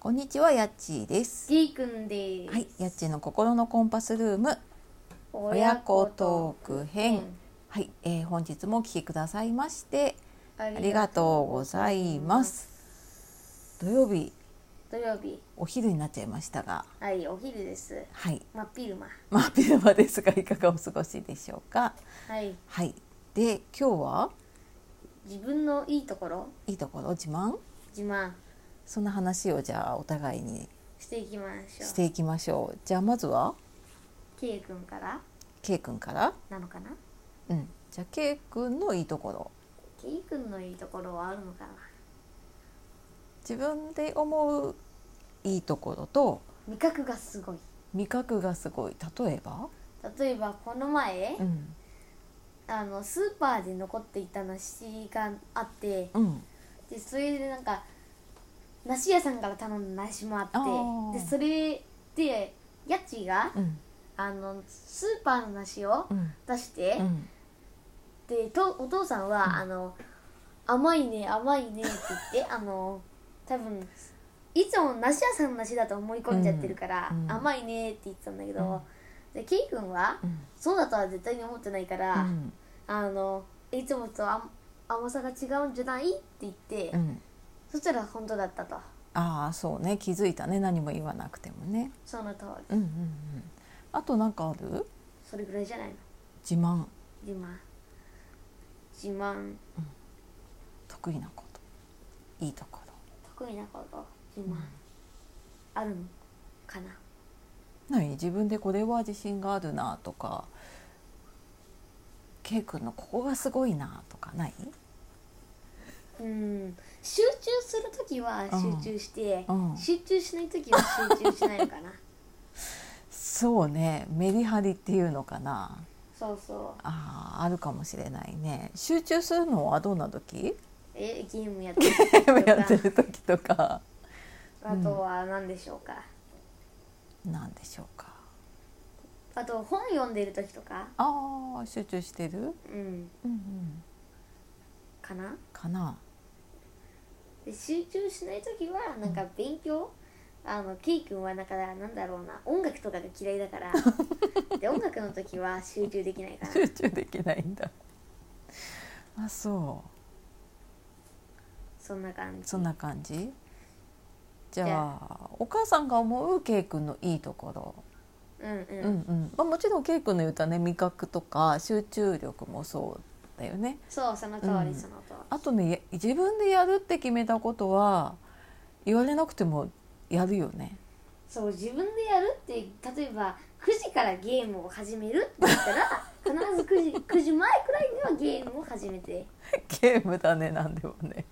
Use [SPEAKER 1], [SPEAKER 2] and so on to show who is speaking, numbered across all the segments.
[SPEAKER 1] こんにちは、やっちーです。
[SPEAKER 2] じいくんです。
[SPEAKER 1] はい、やっちーの心のコンパスルーム親子トーク編。はい、えー本日もお聞きくださいまして
[SPEAKER 2] あ
[SPEAKER 1] ありがとうございます。土曜日
[SPEAKER 2] 土曜日、
[SPEAKER 1] お昼になっちゃいましたが、
[SPEAKER 2] はい、お昼です。
[SPEAKER 1] はい、
[SPEAKER 2] まあ、昼間。
[SPEAKER 1] まあ昼間ですがいかがお過ごしでしょうか。
[SPEAKER 2] はい、
[SPEAKER 1] はい、で今日は
[SPEAKER 2] 自分のいいところ、
[SPEAKER 1] いいところ自慢
[SPEAKER 2] 自慢
[SPEAKER 1] そんな話をじゃあお互いに
[SPEAKER 2] していきましょ
[SPEAKER 1] し
[SPEAKER 2] う。
[SPEAKER 1] ていきましょう。じゃあまずは
[SPEAKER 2] けいくんから、
[SPEAKER 1] けいくんから、
[SPEAKER 2] なのかな。
[SPEAKER 1] うん、じゃあけいくんのいいところ。
[SPEAKER 2] けいくんのいいところはあるのかな。
[SPEAKER 1] 自分で思ういいところと
[SPEAKER 2] 味覚がすごい。
[SPEAKER 1] 味覚がすごい例えば、
[SPEAKER 2] 例えば、この前、
[SPEAKER 1] うん
[SPEAKER 2] あの、スーパーで残っていた梨があって、
[SPEAKER 1] うん、
[SPEAKER 2] で、それで、なんか。梨屋さんから頼んだ梨もあ
[SPEAKER 1] あー
[SPEAKER 2] って、で、それで、やっちーが。
[SPEAKER 1] うん
[SPEAKER 2] あのスーパーの梨を
[SPEAKER 1] うん
[SPEAKER 2] 出して、
[SPEAKER 1] うん
[SPEAKER 2] でとお父さんは、
[SPEAKER 1] うん
[SPEAKER 2] あの甘いね甘いねって言ってあの多分いつも梨屋さんの梨だと思い込んじゃってるから、
[SPEAKER 1] うんうん
[SPEAKER 2] 甘いねって言ってたんだけど、でケイ君は
[SPEAKER 1] うん
[SPEAKER 2] そうだとは絶対に思ってないから、
[SPEAKER 1] うん
[SPEAKER 2] あのいつもとあん甘さが違うんじゃないって言って、
[SPEAKER 1] うん
[SPEAKER 2] そしたら本当だったと
[SPEAKER 1] ああそうね気づいたね何も言わなくてもね、
[SPEAKER 2] その通り
[SPEAKER 1] うんうんうん、あとなんかある
[SPEAKER 2] それぐらいじゃないの
[SPEAKER 1] 自慢
[SPEAKER 2] 自慢自慢
[SPEAKER 1] 得意なこといいところ
[SPEAKER 2] 得意なこと自慢、あるのかな
[SPEAKER 1] 何自分でこれは自信があるなとかけいくんのここがすごいなとかない、
[SPEAKER 2] うん集中する時は集中して、
[SPEAKER 1] うん
[SPEAKER 2] 集中しない時は集中しないのか な
[SPEAKER 1] そうねメリハリっていうのかな
[SPEAKER 2] そうそう
[SPEAKER 1] あーあるかもしれないね集中するのはどんな時
[SPEAKER 2] えゲームやってる
[SPEAKER 1] ゲ
[SPEAKER 2] 時
[SPEAKER 1] ームやって
[SPEAKER 2] とか
[SPEAKER 1] る時とか
[SPEAKER 2] あとは何でしょうか、
[SPEAKER 1] なんでしょうか
[SPEAKER 2] あと本読んでる時とか
[SPEAKER 1] あー集中してる、
[SPEAKER 2] うん
[SPEAKER 1] うんうん、
[SPEAKER 2] かな
[SPEAKER 1] かな
[SPEAKER 2] で集中しない時はなんか勉強、あのケイ君はなんかなんだろうな音楽とかが嫌いだ からで音楽の時は集中できないから
[SPEAKER 1] 集中できないんだあそ
[SPEAKER 2] そんな感
[SPEAKER 1] う
[SPEAKER 2] じ
[SPEAKER 1] そんな感じじゃ
[SPEAKER 2] じ
[SPEAKER 1] あお母さんが思うケイくんのいいところ、
[SPEAKER 2] うんうん、
[SPEAKER 1] うんうんまあ、もちろんケイくんの言うとね味覚とか集中力もそうだよね
[SPEAKER 2] そうその通り、
[SPEAKER 1] うん
[SPEAKER 2] その通り
[SPEAKER 1] あとねや自分でやるって決めたことは言われなくてもやるよね
[SPEAKER 2] そう自分でやるって例えば9時からゲームを始めるって言ったら必 ず9時 ,9 時前くらいにはゲームを始めて
[SPEAKER 1] ゲームだねなんでもね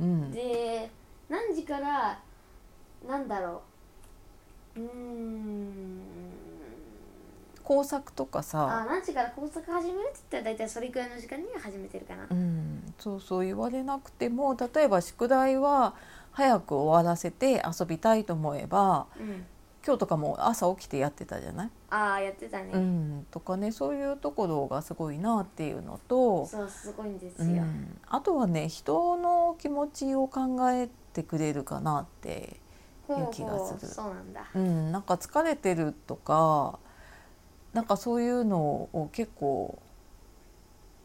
[SPEAKER 1] うん
[SPEAKER 2] で何時からなんだろううーん
[SPEAKER 1] 工作とか
[SPEAKER 2] あ
[SPEAKER 1] さ
[SPEAKER 2] 何時から工作始めるって言ったら大体それくらいの時間には始めてるかな
[SPEAKER 1] うんそうそう言われなくても例えば宿題は早く終わらせて遊びたいと思えば
[SPEAKER 2] うん
[SPEAKER 1] 今日とかも朝起きてやってたじゃない、
[SPEAKER 2] ああやってた
[SPEAKER 1] う
[SPEAKER 2] ね、
[SPEAKER 1] ん、とかねそういうところがすごいなっていうのと、
[SPEAKER 2] そうすごいんです
[SPEAKER 1] う
[SPEAKER 2] よ、
[SPEAKER 1] ん、あとはね人の気持ちを考えてくれるかなって
[SPEAKER 2] ほう
[SPEAKER 1] いう気がす
[SPEAKER 2] ほ
[SPEAKER 1] る
[SPEAKER 2] うそうなんだ
[SPEAKER 1] うん、なんか疲れてるとかなんかそういうのを結構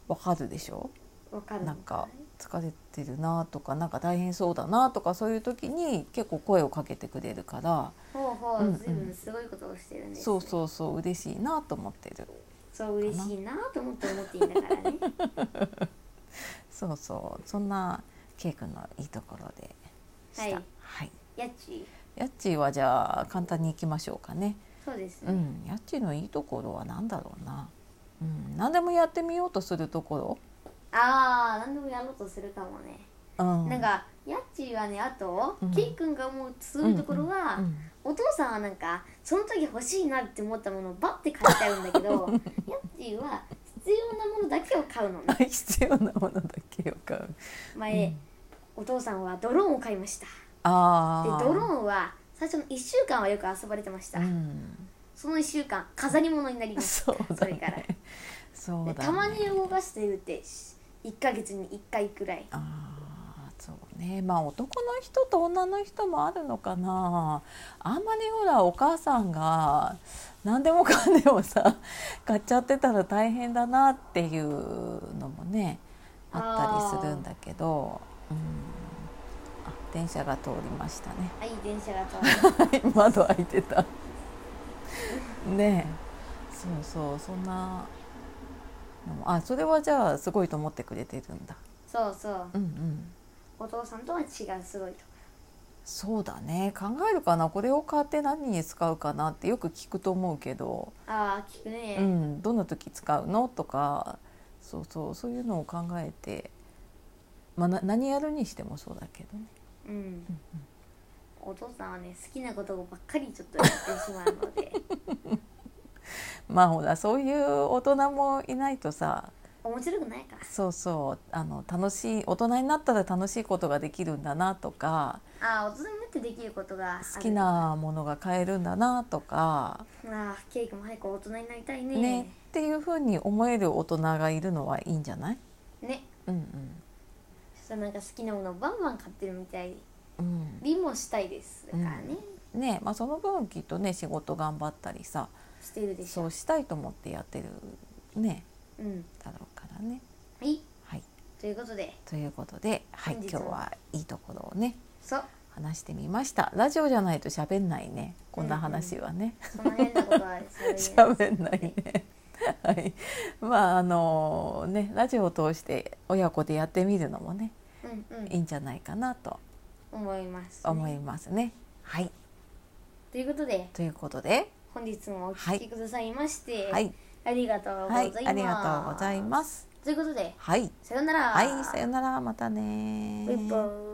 [SPEAKER 1] わかるでしょ
[SPEAKER 2] わかる
[SPEAKER 1] なんか疲れてるなとかなんか大変そうだなとかそういう時に結構声をかけてくれるから
[SPEAKER 2] ほうほ
[SPEAKER 1] うんう
[SPEAKER 2] うん随分すごいことをしてるんです、ね
[SPEAKER 1] そうそうそう嬉しいなと思ってる
[SPEAKER 2] そう嬉しいなと思って思っていいんだ からね
[SPEAKER 1] そうそうそんなケイ君のいいところでした。
[SPEAKER 2] はい
[SPEAKER 1] はい、
[SPEAKER 2] やっち
[SPEAKER 1] ヤッチーはじゃあ簡単にいきましょうかね。
[SPEAKER 2] そうです
[SPEAKER 1] う
[SPEAKER 2] ね、
[SPEAKER 1] ん、ヤッチーのいいところは何だろうな。うん、何でもやってみようとするところ。
[SPEAKER 2] ああ何でもやろうとするかもね、
[SPEAKER 1] うん、
[SPEAKER 2] なんかやっちはねあと、
[SPEAKER 1] うん
[SPEAKER 2] ケイ君が思うすごいところは、
[SPEAKER 1] うん
[SPEAKER 2] お父さんはなんかその時欲しいなって思ったものをバッて買っちゃうんだけ どやっちは必要なものだけを買うのね
[SPEAKER 1] 必要なものだけを買う。
[SPEAKER 2] 前、
[SPEAKER 1] うん
[SPEAKER 2] お父さんはドローンを買いましたで
[SPEAKER 1] ああ。
[SPEAKER 2] ドローンは最初の1週間はよく遊ばれてました、
[SPEAKER 1] うん。
[SPEAKER 2] その1週間飾り物になりました
[SPEAKER 1] そうだ
[SPEAKER 2] れから
[SPEAKER 1] ね。そうだ、
[SPEAKER 2] で
[SPEAKER 1] ね。
[SPEAKER 2] たまに動かしてるって1ヶ月に1回くらい
[SPEAKER 1] ああ、そうねまあ男の人と女の人もあるのかなあんまりほらお母さんが何でもかんでもさ 買っちゃってたら大変だなっていうのもねあったりするんだけど、うん、あ電車が通りましたね。
[SPEAKER 2] あいい電車が 通る
[SPEAKER 1] 窓開いてたねえそうそうそんなのもあそれはじゃあすごいと思ってくれてるんだ
[SPEAKER 2] そうそう
[SPEAKER 1] うんうん
[SPEAKER 2] お父さんとは違うすごいと
[SPEAKER 1] そうだね考えるかなこれを買って何に使うかなってよく聞くと思うけど、
[SPEAKER 2] ああ聞くね、
[SPEAKER 1] うん、どんな時使うのとかそうそうそういうのを考えて、まあ、な何やるにしてもそうだけどね
[SPEAKER 2] うんお父さんはね好きなことばっかりちょっとやってしまう ので
[SPEAKER 1] まあほらそういう大人もいないとさ
[SPEAKER 2] 面白くないか
[SPEAKER 1] そうそうあの楽しい大人になったら楽しいことができるんだなとか
[SPEAKER 2] ああ大人になってできることがある
[SPEAKER 1] 好きなものが買えるんだなとか、
[SPEAKER 2] ああケイ君も早く大人になりたいね
[SPEAKER 1] ねっていうふうに思える大人がいるのはいいんじゃない、
[SPEAKER 2] ね
[SPEAKER 1] うん
[SPEAKER 2] ちょっとなんか好きなものをバンバン買ってるみたい
[SPEAKER 1] うん
[SPEAKER 2] りもしたいですだからね、
[SPEAKER 1] うん、ねまあその分きっとね仕事頑張ったりさ
[SPEAKER 2] してるでし
[SPEAKER 1] そ
[SPEAKER 2] ょ
[SPEAKER 1] うしたいと思ってやってるね
[SPEAKER 2] うん
[SPEAKER 1] だろうからね。
[SPEAKER 2] はい
[SPEAKER 1] はい、
[SPEAKER 2] ということで
[SPEAKER 1] ということで、はい、
[SPEAKER 2] 本
[SPEAKER 1] 今
[SPEAKER 2] 日
[SPEAKER 1] 日
[SPEAKER 2] は
[SPEAKER 1] はいいところをね
[SPEAKER 2] そう
[SPEAKER 1] 話してみました。ラジオじゃないと喋んないねこんな話はね。
[SPEAKER 2] その変なことはですね
[SPEAKER 1] 喋んないね。はい、まああのねラジオを通して親子でやってみるのもね
[SPEAKER 2] うんうん
[SPEAKER 1] いいんじゃないかなと
[SPEAKER 2] 思います、
[SPEAKER 1] 思いますね。はい
[SPEAKER 2] ということで
[SPEAKER 1] ということで、
[SPEAKER 2] 本日もお聞きくださいまして、
[SPEAKER 1] はい
[SPEAKER 2] ありがとうござ
[SPEAKER 1] はいい
[SPEAKER 2] ます、
[SPEAKER 1] ありがとうございます。
[SPEAKER 2] ということで
[SPEAKER 1] はい
[SPEAKER 2] さようなら
[SPEAKER 1] はいさよならまたね
[SPEAKER 2] バイバイ